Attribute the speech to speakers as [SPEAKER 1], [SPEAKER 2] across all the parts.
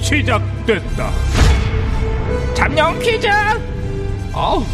[SPEAKER 1] 시작됐다. 잠룡 퀴즈! 아우.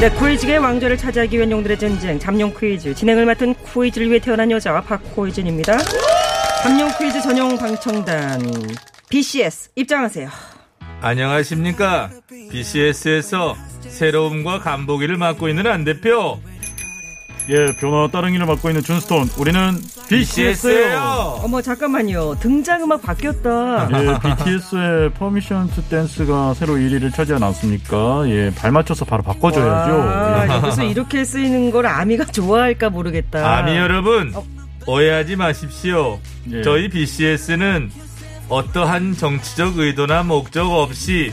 [SPEAKER 2] 네, 코이즈의 왕좌를 차지하기 위한 용들의 전쟁, 잠룡 퀴즈. 진행을 맡은 코이즈를 위해 태어난 여자, 박코이즈입니다. 잠룡 퀴즈 전용 방청단, BCS, 입장하세요.
[SPEAKER 3] 안녕하십니까. BCS에서 새로움과 간보기를 맡고 있는 안 대표.
[SPEAKER 4] 예, 변화와 따릉이를 맡고 있는 준스톤. 우리는 BTS예요.
[SPEAKER 3] BCS예요.
[SPEAKER 2] 어머, 잠깐만요. 등장음악 바뀌었다.
[SPEAKER 4] 예, BTS의 퍼미션 투 댄스가 새로 1위를 차지한 않습니까? 예, 발 맞춰서 바로
[SPEAKER 2] 와,
[SPEAKER 4] 바꿔줘야죠. 예.
[SPEAKER 2] 아, 여기서 이렇게 쓰이는 걸 아미가 좋아할까 어. 모르겠다.
[SPEAKER 3] 아미 여러분, 오해하지 마십시오.
[SPEAKER 4] 예.
[SPEAKER 3] 저희 BCS는 어떠한 정치적 의도나 목적 없이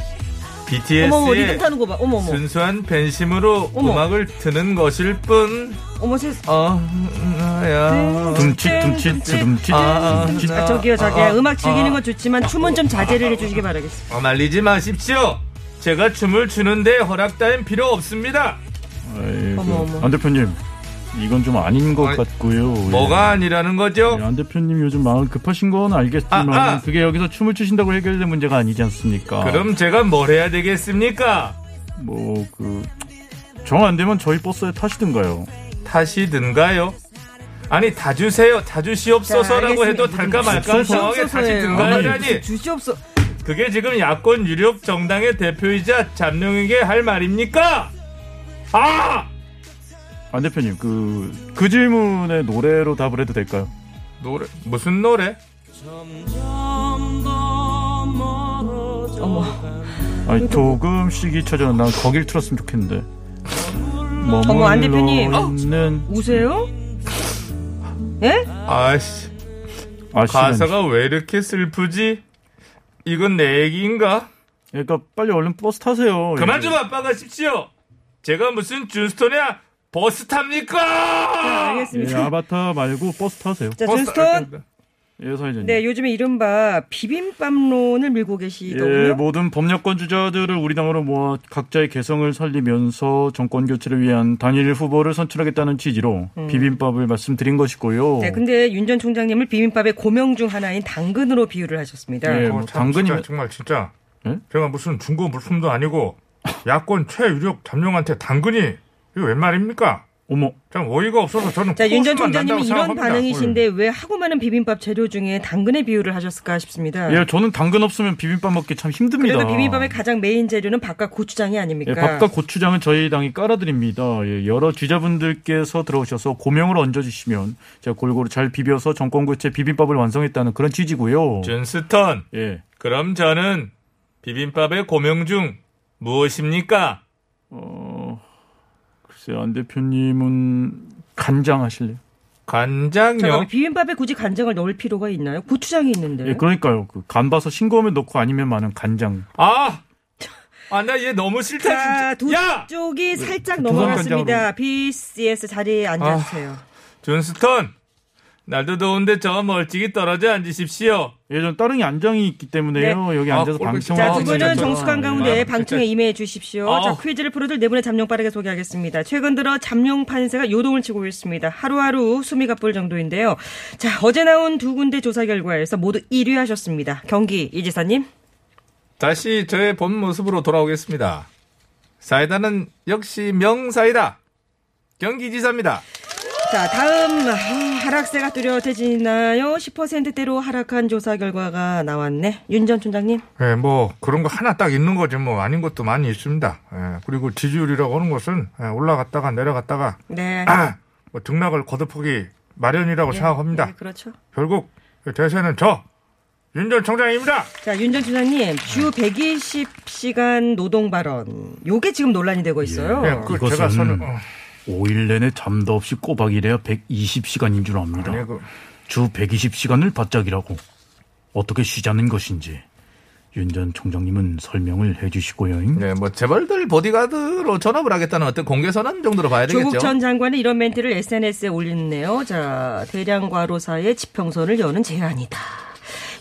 [SPEAKER 2] 어머, 어머, 리듬
[SPEAKER 3] BTS의
[SPEAKER 2] 타는 거 봐. 어머, 어머.
[SPEAKER 3] 순수한 팬심으로
[SPEAKER 2] 어머.
[SPEAKER 3] 음악을 트는 것일 뿐.
[SPEAKER 2] 어머, 세
[SPEAKER 3] 어, 음,
[SPEAKER 2] 네.
[SPEAKER 3] 야.
[SPEAKER 4] 둠칫, 둠칫, 두둠칫.
[SPEAKER 3] 아,
[SPEAKER 4] 둠칫.
[SPEAKER 3] 아,
[SPEAKER 2] 아, 저기요, 자기야.
[SPEAKER 3] 아,
[SPEAKER 2] 음악 즐기는
[SPEAKER 3] 아.
[SPEAKER 2] 건 좋지만 춤은 좀 자제를 해주시기 바라겠습니다.
[SPEAKER 3] 어, 말리지 마십시오. 제가 춤을 추는데 허락 따윈 필요 없습니다.
[SPEAKER 4] 아이고, 예, 그
[SPEAKER 2] 어머, 어머.
[SPEAKER 4] 안 대표님, 이건 좀 아닌 것
[SPEAKER 3] 아이,
[SPEAKER 4] 같고요. 예.
[SPEAKER 3] 뭐가 아니라는 거죠?
[SPEAKER 4] 예, 안 대표님 요즘 마음 급하신 건 알겠지만
[SPEAKER 3] 아, 아.
[SPEAKER 4] 그게 여기서 춤을 추신다고 해결될 문제가 아니지 않습니까?
[SPEAKER 3] 그럼 제가 뭘 해야 되겠습니까?
[SPEAKER 4] 뭐그 정 안 되면 저희 버스에 타시든가요.
[SPEAKER 3] 타시든가요? 아니 다 주세요 다 주시옵소서라고
[SPEAKER 2] 자,
[SPEAKER 3] 해도
[SPEAKER 2] 알겠습니다.
[SPEAKER 3] 탈까 말까 한 상황에
[SPEAKER 2] 주시옵소서예요.
[SPEAKER 3] 아, 타시든가라니
[SPEAKER 2] 주시옵소.
[SPEAKER 3] 그게 지금 야권 유력 정당의 대표이자 잠룡에게 할 말입니까? 아!
[SPEAKER 4] 안 대표님 그 그 질문에 노래로 답을 해도 될까요?
[SPEAKER 3] 노래 무슨 노래?
[SPEAKER 2] 어머, 뭐.
[SPEAKER 4] 아니 조금씩 잊혀져 난 거길 틀었으면 좋겠는데 머물러
[SPEAKER 2] 어머, 안 대표님. 어?
[SPEAKER 4] 있는
[SPEAKER 2] 우세요? 예?
[SPEAKER 3] 아씨
[SPEAKER 4] 아시는
[SPEAKER 3] 가사가 왜 이렇게 슬프지? 이건 내 얘기인가?
[SPEAKER 4] 그러니까 빨리 얼른 버스 타세요
[SPEAKER 3] 그만
[SPEAKER 4] 예.
[SPEAKER 3] 좀 아빠가십시오 제가 무슨 준스톤이야 버스 탑니까?
[SPEAKER 4] 예,
[SPEAKER 2] 알겠습니다.
[SPEAKER 4] 아바타 말고 버스 타세요
[SPEAKER 2] 자,
[SPEAKER 3] 버스
[SPEAKER 2] 존스톤.
[SPEAKER 3] 탑- 아,
[SPEAKER 4] 예 사회자님
[SPEAKER 2] 네, 요즘에 이른바 비빔밥론을 밀고 계시더군요.
[SPEAKER 4] 예, 모든 법률권 주자들을 우리 당으로 모아 각자의 개성을 살리면서 정권 교체를 위한 단일 후보를 선출하겠다는 취지로 비빔밥을 말씀드린 것이고요.
[SPEAKER 2] 음. 네, 근데 윤 전 총장님을 비빔밥의 고명 중 하나인 당근으로 비유를 하셨습니다.
[SPEAKER 4] 예.
[SPEAKER 3] 어,
[SPEAKER 4] 뭐
[SPEAKER 3] 참,
[SPEAKER 4] 당근이-
[SPEAKER 3] 진짜, 정말 진짜
[SPEAKER 4] 예?
[SPEAKER 3] 제가 무슨 중고 물품도 아니고 야권 최유력 잠룡한테 당근이 이거 웬 말입니까?
[SPEAKER 4] 어머,
[SPEAKER 3] 참 어이가 없어서 저는
[SPEAKER 2] 자, 윤 전
[SPEAKER 3] 코웃음만 난다고
[SPEAKER 2] 총장님이 이런
[SPEAKER 3] 생각합니다.
[SPEAKER 2] 반응이신데 왜 하고 많은 비빔밥 재료 중에 당근에 비유를 하셨을까 싶습니다.
[SPEAKER 4] 예, 저는 당근 없으면 비빔밥 먹기 참 힘듭니다.
[SPEAKER 2] 그래도 비빔밥의 가장 메인 재료는 밥과 고추장이 아닙니까?
[SPEAKER 4] 예, 밥과 고추장은 저희 당이 깔아드립니다. 예, 여러 주자분들께서 들어오셔서 고명을 얹어주시면 제가 골고루 잘 비벼서 정권 교체 비빔밥을 완성했다는 그런 취지고요.
[SPEAKER 3] 준스턴
[SPEAKER 4] 예,
[SPEAKER 3] 그럼 저는 비빔밥의 고명 중 무엇입니까?
[SPEAKER 4] 어, 글쎄 안 대표님은 간장 하실래요?
[SPEAKER 3] 간장요?
[SPEAKER 2] 잠깐만, 비빔밥에 굳이 간장을 넣을 필요가 있나요? 고추장이 있는데.
[SPEAKER 4] 예, 그러니까요. 그 간봐서 싱거우면 넣고 아니면 많은 간장.
[SPEAKER 3] 아! 아 나 얘 너무 싫다
[SPEAKER 2] 자, 두
[SPEAKER 3] 진짜 야! 그
[SPEAKER 2] 쪽이 살짝
[SPEAKER 4] 두성
[SPEAKER 2] 넘어갔습니다. BCS 자리에 앉아주세요.
[SPEAKER 3] 준스턴 날도 더운데 저 멀찍이 떨어져 앉으십시오
[SPEAKER 4] 예, 전 따릉이 안장이 있기 때문에요. 여기
[SPEAKER 3] 아,
[SPEAKER 4] 앉아서
[SPEAKER 3] 꼴보기
[SPEAKER 4] 방청을
[SPEAKER 3] 아,
[SPEAKER 2] 자, 두
[SPEAKER 4] 하고
[SPEAKER 2] 분은
[SPEAKER 3] 진짜.
[SPEAKER 4] 있는데요.
[SPEAKER 2] 정숙한
[SPEAKER 4] 예.
[SPEAKER 2] 가운데
[SPEAKER 3] 아,
[SPEAKER 2] 방청에 임해해 주십시오.
[SPEAKER 3] 아.
[SPEAKER 2] 자, 퀴즈를 풀어줄 네 분의 잠룡 빠르게 소개하겠습니다. 최근 들어 잠룡 판세가 요동을 치고 있습니다. 하루하루 숨이 가쁠 정도인데요. 자, 어제 나온 두 군데 조사 결과에서 모두 1위 하셨습니다. 경기 이지사님.
[SPEAKER 3] 다시 저의 본 모습으로 돌아오겠습니다. 사이다는 역시 명사이다. 경기지사입니다.
[SPEAKER 2] 자, 다음 아, 하락세가 뚜렷해지나요? 10%대로 하락한 조사 결과가 나왔네. 윤 전 총장님.
[SPEAKER 3] 예, 뭐 그런 거 하나 딱 있는 거지 뭐 아닌 것도 많이 있습니다. 예, 그리고 지지율이라고 하는 것은 예, 올라갔다가 내려갔다가
[SPEAKER 2] 네.
[SPEAKER 3] 아, 뭐 등락을 거듭하기 마련이라고 생각합니다.
[SPEAKER 2] 네, 그렇죠.
[SPEAKER 3] 결국 대세는 저 윤 전 총장입니다.
[SPEAKER 2] 자, 윤 전 총장님, 주
[SPEAKER 3] 네.
[SPEAKER 2] 120시간 노동 발언. 요게 지금 아, 논란이 되고 있어요.
[SPEAKER 3] 예, 그 제가
[SPEAKER 4] 이것은
[SPEAKER 3] 저는 어,
[SPEAKER 4] 5일 내내 잠도 없이 꼬박이래야 120시간인 줄 압니다.
[SPEAKER 3] 아니, 그-
[SPEAKER 4] 주 120시간을 바짝이라고 어떻게 쉬자는 것인지 윤 전 총장님은 설명을 해주시고요.
[SPEAKER 5] 네, 뭐 재벌들 보디가드로 전업을 하겠다는 어떤 공개 선언 정도로 봐야 되겠죠.
[SPEAKER 2] 조국 전 장관이 이런 멘트를 SNS에 올렸네요. 자, 대량 과로사의 지평선을 여는 제안이다.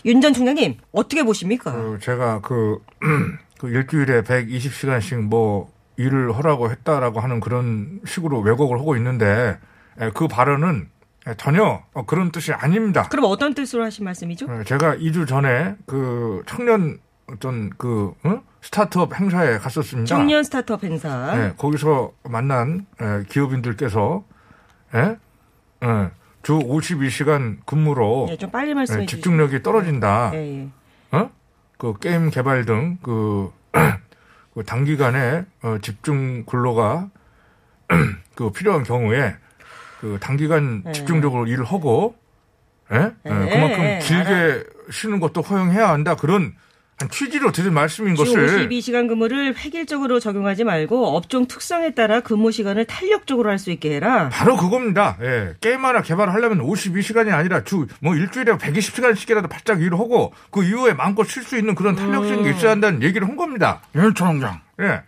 [SPEAKER 2] 윤 전 총장님, 어떻게 보십니까?
[SPEAKER 3] 그 제가 그, 그 일주일에 120시간씩 뭐 일을 하라고 했다라고 하는 그런 식으로 왜곡을 하고 있는데 예, 그 발언은 예, 전혀 어, 그런 뜻이 아닙니다.
[SPEAKER 2] 그럼 어떤 뜻으로 하신 말씀이죠?
[SPEAKER 3] 예, 제가 2주 전에 그 청년 어떤 그 응? 스타트업 행사에 갔었습니다.
[SPEAKER 2] 청년 스타트업 행사.
[SPEAKER 3] 예, 거기서 만난 예, 기업인들께서 예? 예, 주 52시간 근무로
[SPEAKER 2] 예, 좀 빨리 말씀해
[SPEAKER 3] 예,
[SPEAKER 2] 주시죠.
[SPEAKER 3] 집중력이 떨어진다.
[SPEAKER 2] 예, 예.
[SPEAKER 3] 어? 그 게임 개발 등그 그 단기간에 어, 집중 근로가 그 필요한 경우에 그 단기간
[SPEAKER 2] 네.
[SPEAKER 3] 집중적으로 일을 하고 예? 예,
[SPEAKER 2] 네, 네,
[SPEAKER 3] 그만큼 길게
[SPEAKER 2] 알아요.
[SPEAKER 3] 쉬는 것도 허용해야 한다 그런 한 취지로 드린 말씀인
[SPEAKER 2] 주
[SPEAKER 3] 것을
[SPEAKER 2] 52시간 근무를 획일적으로 적용하지 말고 업종 특성에 따라 근무 시간을 탄력적으로 할 수 있게 해라.
[SPEAKER 3] 바로 그겁니다. 예. 게임 하나 개발하려면 52시간이 아니라 주, 뭐 일주일에 120시간씩이라도 바짝 일을 하고 그 이후에 마음껏 쉴 수 있는 그런 탄력적인 게
[SPEAKER 2] 음.
[SPEAKER 3] 있어야 한다는 얘기를 한 겁니다.
[SPEAKER 6] 윤 총장,
[SPEAKER 3] 예.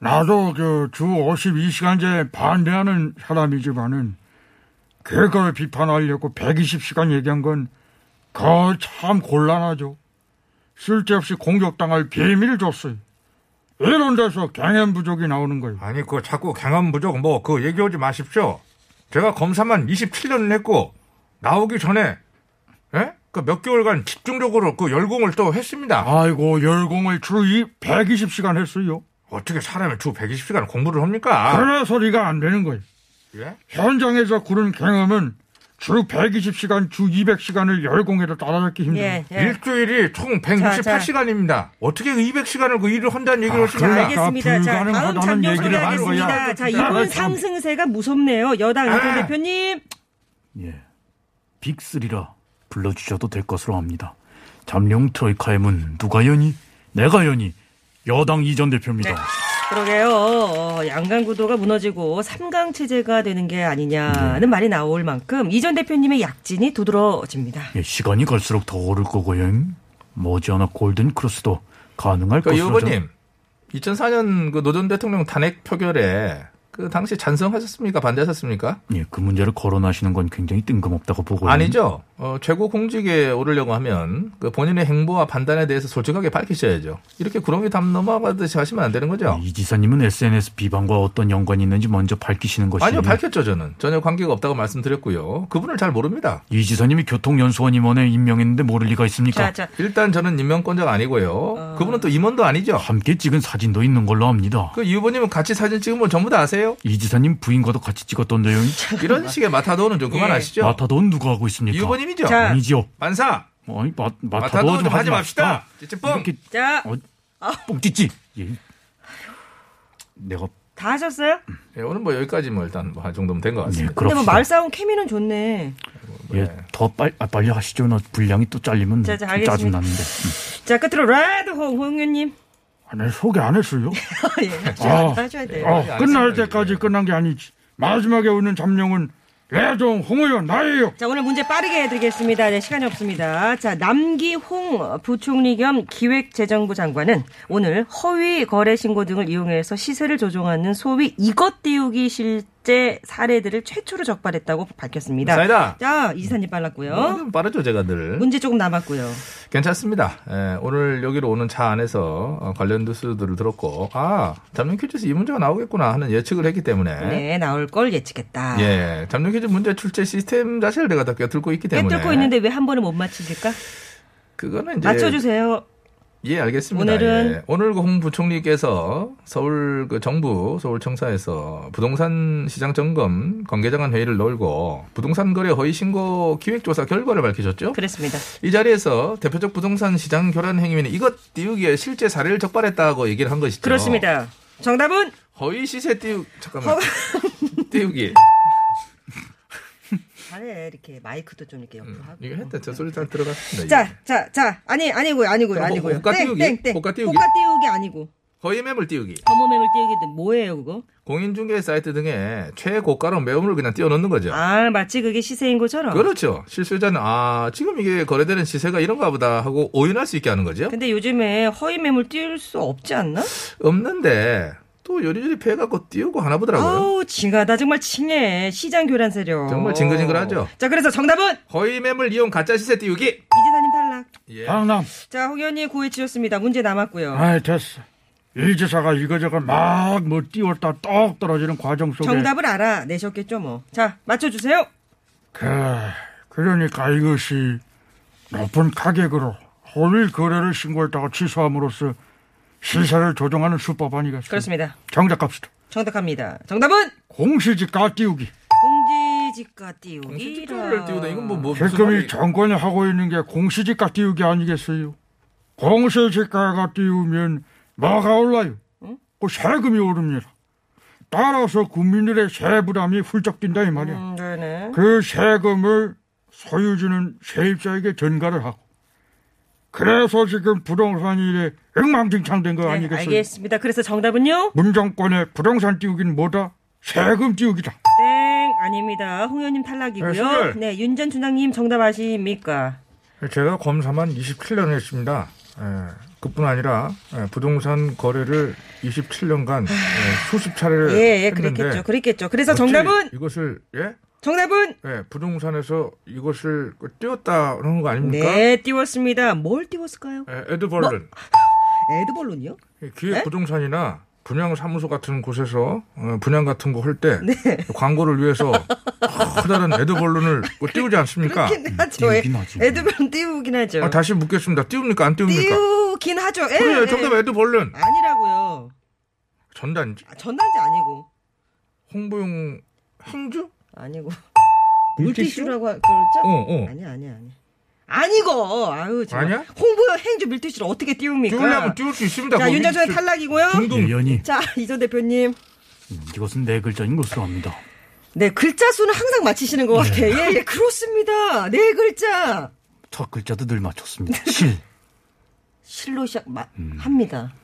[SPEAKER 6] 나도 그 주 52시간제 반대하는 사람이지만은 그걸 비판하려고 120시간 얘기한 건 그거 참 곤란하죠. 쓸데없이 공격당할 비밀 줬어요. 이런 데서 경연 부족이 나오는 거예요.
[SPEAKER 3] 아니, 그거 자꾸 경험 부족 뭐 그거 얘기하지 마십시오. 제가 검사만 27년을 했고 나오기 전에 예? 그 몇 개월간 집중적으로 그 열공을 또 했습니다.
[SPEAKER 6] 아이고 열공을 주 120시간 했어요.
[SPEAKER 3] 어떻게 사람이 주 120시간 공부를 합니까?
[SPEAKER 6] 그래서 리가 안 되는 거예요.
[SPEAKER 3] 예?
[SPEAKER 6] 현장에서 구른 경험은 주 120시간, 주 200시간을 열공에도 따라잡기 힘들어요.
[SPEAKER 2] 예, 예.
[SPEAKER 3] 일주일이 총 168시간입니다. 어떻게 200시간을 그 일을 한다는
[SPEAKER 5] 아,
[SPEAKER 3] 얘기를 하시냐?
[SPEAKER 6] 그러니까
[SPEAKER 2] 알겠습니다. 자, 다음
[SPEAKER 6] 불가능하다는
[SPEAKER 2] 잠정
[SPEAKER 6] 얘기를 하는
[SPEAKER 2] 소개하겠습니다.
[SPEAKER 6] 거야.
[SPEAKER 2] 자, 이번
[SPEAKER 6] 아, 참.
[SPEAKER 2] 상승세가 무섭네요. 여당 이권
[SPEAKER 3] 아.
[SPEAKER 2] 대표님.
[SPEAKER 4] 예. 빅3라 불러주셔도 될 것으로 합니다. 잠룡 트로이카의 문 누가 여니? 내가 여니? 여당 이전 대표입니다.
[SPEAKER 5] 네.
[SPEAKER 2] 그러게요. 어, 양강 구도가 무너지고 삼강 체제가 되는 게 아니냐는
[SPEAKER 6] 네.
[SPEAKER 2] 말이 나올 만큼 이 전 대표님의 약진이 두드러집니다.
[SPEAKER 4] 예, 시간이 갈수록 더 오를 거고요. 머지않아 골든 크로스도 가능할
[SPEAKER 5] 그
[SPEAKER 4] 것으로 저-
[SPEAKER 5] 의원님, 2004년 그 노전 대통령 탄핵 표결에 그 당시 찬성하셨습니까? 반대하셨습니까?
[SPEAKER 4] 예, 그 문제를 거론하시는 건 굉장히 뜬금없다고 보고요.
[SPEAKER 5] 아니죠. 어, 최고 공직에 오르려고 하면 그 본인의 행보와 판단에 대해서 솔직하게 밝히셔야죠. 이렇게 구렁이 담 넘어가듯이 하시면 안 되는 거죠.
[SPEAKER 4] 이 지사님은 SNS 비방과 어떤 연관이 있는지 먼저 밝히시는 것이
[SPEAKER 5] 아니요, 밝혔죠, 저는. 전혀 관계가 없다고 말씀드렸고요. 그분을 잘 모릅니다.
[SPEAKER 4] 이 지사님이 교통연수원 임원에 임명했는데 모를 리가
[SPEAKER 2] 자,
[SPEAKER 4] 있습니까?
[SPEAKER 6] 그러니까
[SPEAKER 2] 자.
[SPEAKER 5] 일단 저는 임명권자가 아니고요. 그분은 또 임원도 아니죠.
[SPEAKER 4] 함께 찍은 사진도 있는 걸로 압니다.
[SPEAKER 5] 그 이 후보님은 같이 사진 찍은 분 전부 다 아세요?
[SPEAKER 4] 이 지사님 부인과도 같이 찍었던데요.
[SPEAKER 5] 이런 식의 마타도는 좀 그만하시죠.
[SPEAKER 4] 마타돈 누가 하고
[SPEAKER 5] 이
[SPEAKER 4] 있습니까?
[SPEAKER 5] 후보님이죠.
[SPEAKER 2] 자.
[SPEAKER 4] 아니지요.
[SPEAKER 5] 반사.
[SPEAKER 4] 뭐, 아니, 마,
[SPEAKER 5] 마타도는
[SPEAKER 4] 마타도 어.
[SPEAKER 5] 좀 하지 맙시다. 찌찌뽕.
[SPEAKER 4] 이렇게
[SPEAKER 2] 자,
[SPEAKER 4] 어, 뽕찌찌. 예. 내가
[SPEAKER 2] 다 하셨어요?
[SPEAKER 5] 예, 오늘 뭐 여기까지 뭐 일단 뭐한 정도면 된 것
[SPEAKER 4] 예,
[SPEAKER 5] 같습니다.
[SPEAKER 2] 근데 뭐
[SPEAKER 4] 그럽시다.
[SPEAKER 2] 말싸움 케미는 좋네.
[SPEAKER 4] 예, 더 빨리 아, 빨리 하시죠. 나 분량이 또 잘리면
[SPEAKER 2] 자, 자, 알겠습니다.
[SPEAKER 4] 짜증 나는데. 음.
[SPEAKER 2] 자, 끝으로 레드홍 홍윤님.
[SPEAKER 6] 아, 내 소개 안 했어요.
[SPEAKER 2] 예,
[SPEAKER 6] 아.
[SPEAKER 2] 하셔야 돼요.
[SPEAKER 6] 어,
[SPEAKER 5] 안
[SPEAKER 6] 끝날
[SPEAKER 5] 했어요,
[SPEAKER 6] 때까지 끝난 게 아니지. 마지막에 오는 잠룡은 레종 홍 의원 나예요.
[SPEAKER 2] 자, 오늘 문제 빠르게 해드리겠습니다. 네, 시간이 없습니다. 자, 남기홍 부총리 겸 기획재정부 장관은 오늘 허위 거래 신고 등을 이용해서 시세를 조종하는 소위 이것 띄우기 실제 사례들을 최초로 적발했다고 밝혔습니다.
[SPEAKER 5] 사이다.
[SPEAKER 2] 자, 이사님
[SPEAKER 4] 예.
[SPEAKER 2] 빨랐고요.
[SPEAKER 5] 좀뭐 빠르죠, 제가 늘.
[SPEAKER 2] 문제 조금 남았고요.
[SPEAKER 5] 괜찮습니다. 예, 오늘 여기로 오는 차 안에서 어, 관련 뉴스들을 들었고, 아, 잠룡 퀴즈에서 이 문제가 나오겠구나 하는 예측을 했기 때문에.
[SPEAKER 2] 네, 나올 걸 예측했다.
[SPEAKER 5] 예, 잠룡 퀴즈 문제 출제 시스템 자체를 내가 다 꿰뚫고 있기 때문에.
[SPEAKER 2] 꿰뚫고 있는데 왜 한 번을 못 맞히실까?
[SPEAKER 5] 그거는 이제.
[SPEAKER 2] 맞춰주세요.
[SPEAKER 5] 예, 알겠습니다.
[SPEAKER 2] 오늘은-
[SPEAKER 5] 예. 오늘 그 홍 부총리께서 서울 그 정부 서울청사에서 부동산 시장 점검 관계자간 회의를 열고 부동산 거래 허위 신고 기획조사 결과를 밝히셨죠.
[SPEAKER 2] 그랬습니다.
[SPEAKER 5] 이 자리에서 대표적 부동산 시장 교란 행위는 이것 띄우기에 실제 사례를 적발했다고 얘기를 한 것이죠.
[SPEAKER 2] 그렇습니다. 정답은
[SPEAKER 5] 허위 시세 띄우 잠깐만 띄우기
[SPEAKER 2] 잘해 이렇게 마이크도 좀 이렇게 옆으로 하고.
[SPEAKER 5] 음, 이거 했다 저 소리 잘 들어갔습니다.
[SPEAKER 2] 자, 자, 자, 아니, 아니고요, 아니고요,
[SPEAKER 5] 그럼 호-
[SPEAKER 2] 아니고요.
[SPEAKER 5] 호가
[SPEAKER 2] 땡,
[SPEAKER 5] 띄우기?
[SPEAKER 2] 땡, 땡.
[SPEAKER 5] 호가 띄우기?
[SPEAKER 2] 호가 띄우기 아니고.
[SPEAKER 5] 이게. 허위 매물 띄우기.
[SPEAKER 2] 허무맹을 띄우기 뭐예요 그거?
[SPEAKER 5] 공인중개 사이트 등에 최고가로 매물을 그냥 띄워놓는 거죠.
[SPEAKER 2] 아 마치 그게 시세인 것처럼.
[SPEAKER 5] 그렇죠. 실수요자는 아 지금 이게 거래되는 시세가 이런가 보다 하고 오인할 수 있게 하는 거죠.
[SPEAKER 2] 근데 요즘에 허위 매물 띄울 수 없지 않나?
[SPEAKER 5] 없는데 또 요리조리 패갖고 띄우고 하나 보더라고요.
[SPEAKER 2] 아우 징하다 정말 징해 시장 교란 세력.
[SPEAKER 5] 정말 징글징글하죠.
[SPEAKER 2] 자 그래서 정답은
[SPEAKER 5] 허위 매물 이용 가짜 시세 띄우기.
[SPEAKER 2] 이지사님 탈락.
[SPEAKER 5] 예.
[SPEAKER 6] 강남.
[SPEAKER 2] 자 홍현이 고해치셨습니다. 문제 남았고요.
[SPEAKER 5] 네.
[SPEAKER 6] 아이 됐어. 일지사가 이거저거 막 뭐 띄웠다 떡 떨어지는 과정 속에
[SPEAKER 2] 정답을 알아내셨겠죠 뭐. 자 맞춰주세요.
[SPEAKER 6] 그, 그러니까 이것이 높은 가격으로 허위 거래를 신고했다가 취소함으로써 시세를 조정하는 수법 아니겠습니까?
[SPEAKER 2] 그렇습니다.
[SPEAKER 6] 정답 갑시다.
[SPEAKER 2] 정답합니다. 정답은
[SPEAKER 6] 공시지가 띄우기.
[SPEAKER 2] 공지지가 띄우기.
[SPEAKER 5] 공시지가를 띄우다 이건 뭐, 뭐 무슨
[SPEAKER 6] 지금
[SPEAKER 5] 말이-
[SPEAKER 6] 이 정권이 하고 있는 게 공시지가 띄우기 아니겠어요? 공시지가가 띄우면 뭐가 올라요? 그 세금이 오릅니다. 따라서 국민들의 세 부담이 훌쩍 뛴다 이 말이야.
[SPEAKER 2] 음, 그러네.
[SPEAKER 6] 그 세금을 소유주는 세입자에게 전가를 하고 그래서 지금 부동산 일에 엉망진창된 거
[SPEAKER 2] 네,
[SPEAKER 6] 아니겠어요?
[SPEAKER 2] 알겠습니다. 그래서 정답은요?
[SPEAKER 6] 문정권의 부동산 띄우기는 뭐다? 세금 띄우기다.
[SPEAKER 2] 땡 아닙니다. 홍현님 탈락이고요.
[SPEAKER 3] 알겠습니다.
[SPEAKER 2] 네, 윤전 주장님 정답 아십니까?
[SPEAKER 3] 제가 검사만 27년 했습니다. 예, 그뿐 아니라 예, 부동산 거래를 27년간 수십 차례를
[SPEAKER 2] 예, 예,
[SPEAKER 3] 했는데
[SPEAKER 2] 그랬겠죠. 그랬겠죠. 그래서
[SPEAKER 3] 네, 어찌
[SPEAKER 2] 정답은
[SPEAKER 3] 이것을 예?
[SPEAKER 2] 정답은
[SPEAKER 3] 예, 부동산에서 이것을 그 띄웠다는 거 아닙니까?
[SPEAKER 2] 네, 띄웠습니다. 뭘 띄웠을까요?
[SPEAKER 3] 예, 에드벌른
[SPEAKER 2] 에드벌론이요? 네?
[SPEAKER 3] 기획부동산이나 분양사무소 같은 곳에서 어, 분양 같은 거 할 때
[SPEAKER 2] 네.
[SPEAKER 3] 광고를 위해서 커다란 에드벌룬을 뭐 띄우지 않습니까? 음,
[SPEAKER 2] 띄우긴 하죠.
[SPEAKER 4] 띄우긴 하지.
[SPEAKER 2] 에드벌론 띄우긴 하죠.
[SPEAKER 3] 아, 다시 묻겠습니다. 띄웁니까? 안 띄웁니까?
[SPEAKER 2] 띄우긴 하죠. 예,
[SPEAKER 3] 그래,
[SPEAKER 2] 예.
[SPEAKER 3] 정답 에드벌룬.
[SPEAKER 2] 아니라고요.
[SPEAKER 3] 전단지.
[SPEAKER 2] 아, 전단지 아니고
[SPEAKER 3] 홍보용 행주?
[SPEAKER 2] 아니고
[SPEAKER 3] 물티슈?
[SPEAKER 2] 물티슈라고 하- 그러죠?
[SPEAKER 3] 어, 어.
[SPEAKER 2] 아니 아니 아니. 아니고 아유 정말.
[SPEAKER 3] 아니야?
[SPEAKER 2] 홍보용 행주 밀티슈를 어떻게 띄웁니까?
[SPEAKER 3] 띄우려면 띄울 수 있습니다.
[SPEAKER 2] 자,
[SPEAKER 3] 거기
[SPEAKER 2] 윤정수의
[SPEAKER 3] 저-
[SPEAKER 2] 탈락이고요.
[SPEAKER 4] 예연이
[SPEAKER 2] 자, 이전 대표님.
[SPEAKER 4] 이것은 네 글자인 것으로 합니다.
[SPEAKER 2] 네, 글자 수는 항상 맞히시는 것 같아요. 예, 예, 그렇습니다. 네 글자.
[SPEAKER 4] 첫 글자도 늘 맞췄습니다. 실
[SPEAKER 2] 실로 시작, 마, 합니다.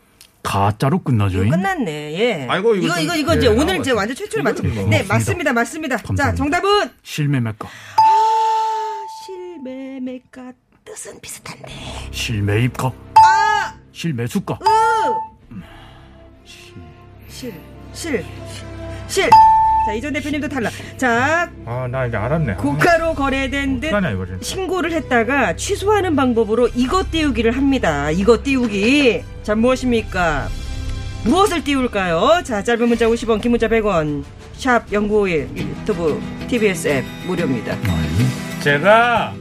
[SPEAKER 4] 가짜로 끝나죠. 잉
[SPEAKER 2] 끝났네, 예.
[SPEAKER 5] 아이고, 이거
[SPEAKER 2] 이거,
[SPEAKER 5] 좀-
[SPEAKER 2] 이거, 이거
[SPEAKER 5] 예,
[SPEAKER 2] 이제 오늘
[SPEAKER 5] 나온
[SPEAKER 2] 이제
[SPEAKER 5] 것
[SPEAKER 2] 완전 최초로 맞춘.
[SPEAKER 5] 같아요. 이거는
[SPEAKER 2] 네,
[SPEAKER 4] 뭐-
[SPEAKER 2] 맞습니다, 맞습니다. 자,
[SPEAKER 4] 감사합니다.
[SPEAKER 2] 정답은!
[SPEAKER 4] 실매매가
[SPEAKER 2] 아, 실매매가 뜻은 비슷한데.
[SPEAKER 4] 실매입가
[SPEAKER 2] 아!
[SPEAKER 4] 실매수가
[SPEAKER 2] 실, 실, 실. 자, 이전 대표님도 탈락. 자,
[SPEAKER 3] 아, 나 이제 알았네.
[SPEAKER 2] 고가로 거래된 듯
[SPEAKER 3] 하냐 이거 진짜.
[SPEAKER 2] 신고를 했다가 취소하는 방법으로 이거 띄우기를 합니다. 이거 띄우기. 자, 무엇입니까? 무엇을 띄울까요? 자, 짧은 문자 50원, 긴 문자 100원. 샵 0951, 유튜브, TBS 앱 무료입니다.
[SPEAKER 7] 제가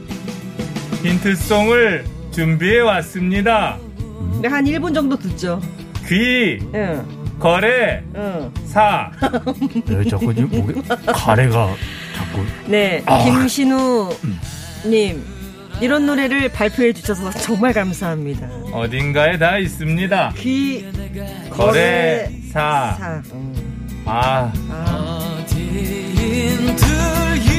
[SPEAKER 7] 힌트송을 준비해 왔습니다.
[SPEAKER 2] 근데 한 1분 정도 듣죠. 예,
[SPEAKER 7] 귀,
[SPEAKER 2] 응,
[SPEAKER 7] 거래,
[SPEAKER 2] 응.
[SPEAKER 7] 사.
[SPEAKER 4] 네, 자꾸 지금 목에 가래가 자꾸
[SPEAKER 2] 네,
[SPEAKER 7] 아.
[SPEAKER 2] 김신우 님. 이런 노래를 발표해 주셔서 정말 감사합니다.
[SPEAKER 7] 어딘가에 다 있습니다.
[SPEAKER 2] 귀,
[SPEAKER 7] 거래, 사.
[SPEAKER 2] 사. 음.
[SPEAKER 7] 아,
[SPEAKER 2] 아.
[SPEAKER 8] into